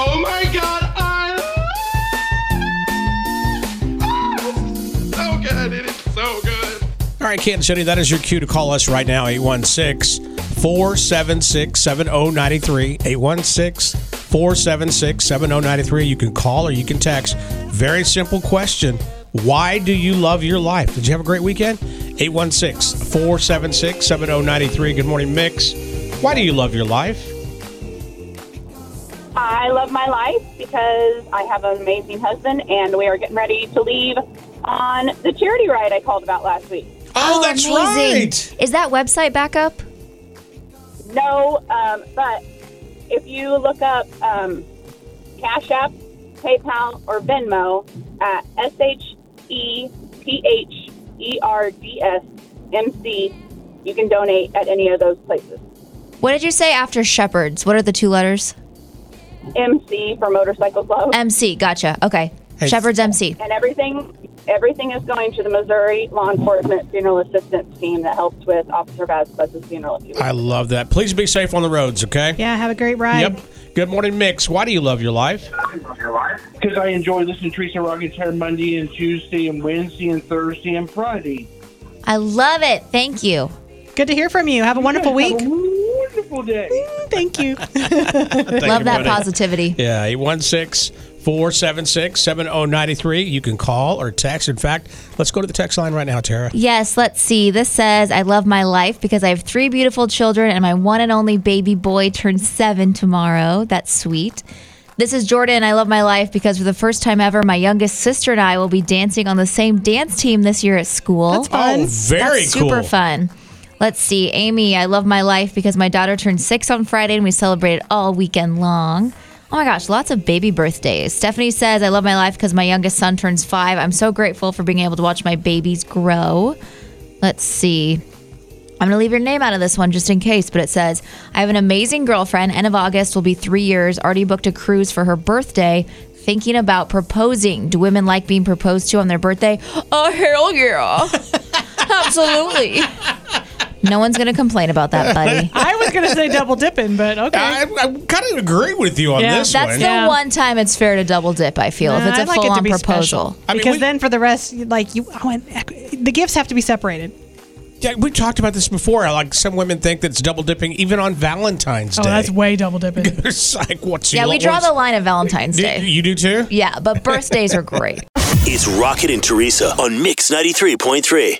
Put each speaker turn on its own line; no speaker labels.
Oh my god, I ah, it's so good. It is so good.
All right, Kansas City, that is your cue to call us right now, 816 476 7093. 816 476 7093. You can call or you can text. Very simple question Why do you love your life? Did you have a great weekend? 816 476 7093. Good morning, Mix. Why do you love your life?
I love my life because I have an amazing husband, and we are getting ready to leave on the charity ride I called about last week.
Oh, that's
amazing.
right.
Is that website back up?
No, um, but if you look up um, Cash App, PayPal, or Venmo at S H E P H E R D S M C, you can donate at any of those places.
What did you say after Shepherds? What are the two letters?
MC for Motorcycle Club,
MC. Gotcha. Okay.
Hey.
Shepherds MC.
and everything. Everything is going to the Missouri Law Enforcement Funeral Assistance Team that helped with Officer Vasquez's funeral. a few weeks
I love that. Please be safe on the roads, okay?
Yeah, have a great ride.
Yep. Good morning, Mix. Why do you love your life?
Because I enjoy listening to Teresa Rockets every Monday and Tuesday and Wednesday and Thursday and Friday.
I love it. Thank you.
Good to hear from you. Have a wonderful week.
Have a wonderful day.
Thank you.
Thank
love
you,
that
buddy.
positivity.
Yeah, 816 476 7093. You can call or text. In fact, let's go to the text line right now, Tara.
Yes, let's see. This says, I love my life because I have three beautiful children and my one and only baby boy turns seven tomorrow. That's sweet. This is Jordan. I love my life because for the first time ever, my youngest sister and I will be dancing on the same dance team this year at school.
That's fun.
Oh, very
That's
cool.
super fun. Let's see. Amy, I love my life because my daughter turned six on Friday and we celebrated all weekend long. Oh my gosh, lots of baby birthdays. Stephanie says, I love my life because my youngest son turns five. I'm so grateful for being able to watch my babies grow. Let's see. I'm going to leave your name out of this one just in case, but it says, I have an amazing girlfriend. End of August will be three years. Already booked a cruise for her birthday. Thinking about proposing. Do women like being proposed to on their birthday? Oh, hell yeah. Absolutely. No one's going to complain about that, buddy.
I was going to say double dipping, but okay.
I, I kind of agree with you on
Yeah,
this
That's
one.
the
Yeah.
one time it's fair to double dip, I feel, if
Nah,
it's a
Uh, I'd like it
full
to
on
be
proposal.
special.
I mean,
because
we-
then for the rest, you- like you, I want, the gifts have to be separated.
yeah, we talked about this before. Like some women think that's double dipping even on Valentine's
Oh,
Day.
that's way double dipping.
it's like what's
Yeah,
you-
we draw
what's-
the line at Valentine's
Do-
Day.
You do too?
Yeah, but birthdays are great.
It's Rocket and Teresa on Mix 93.3.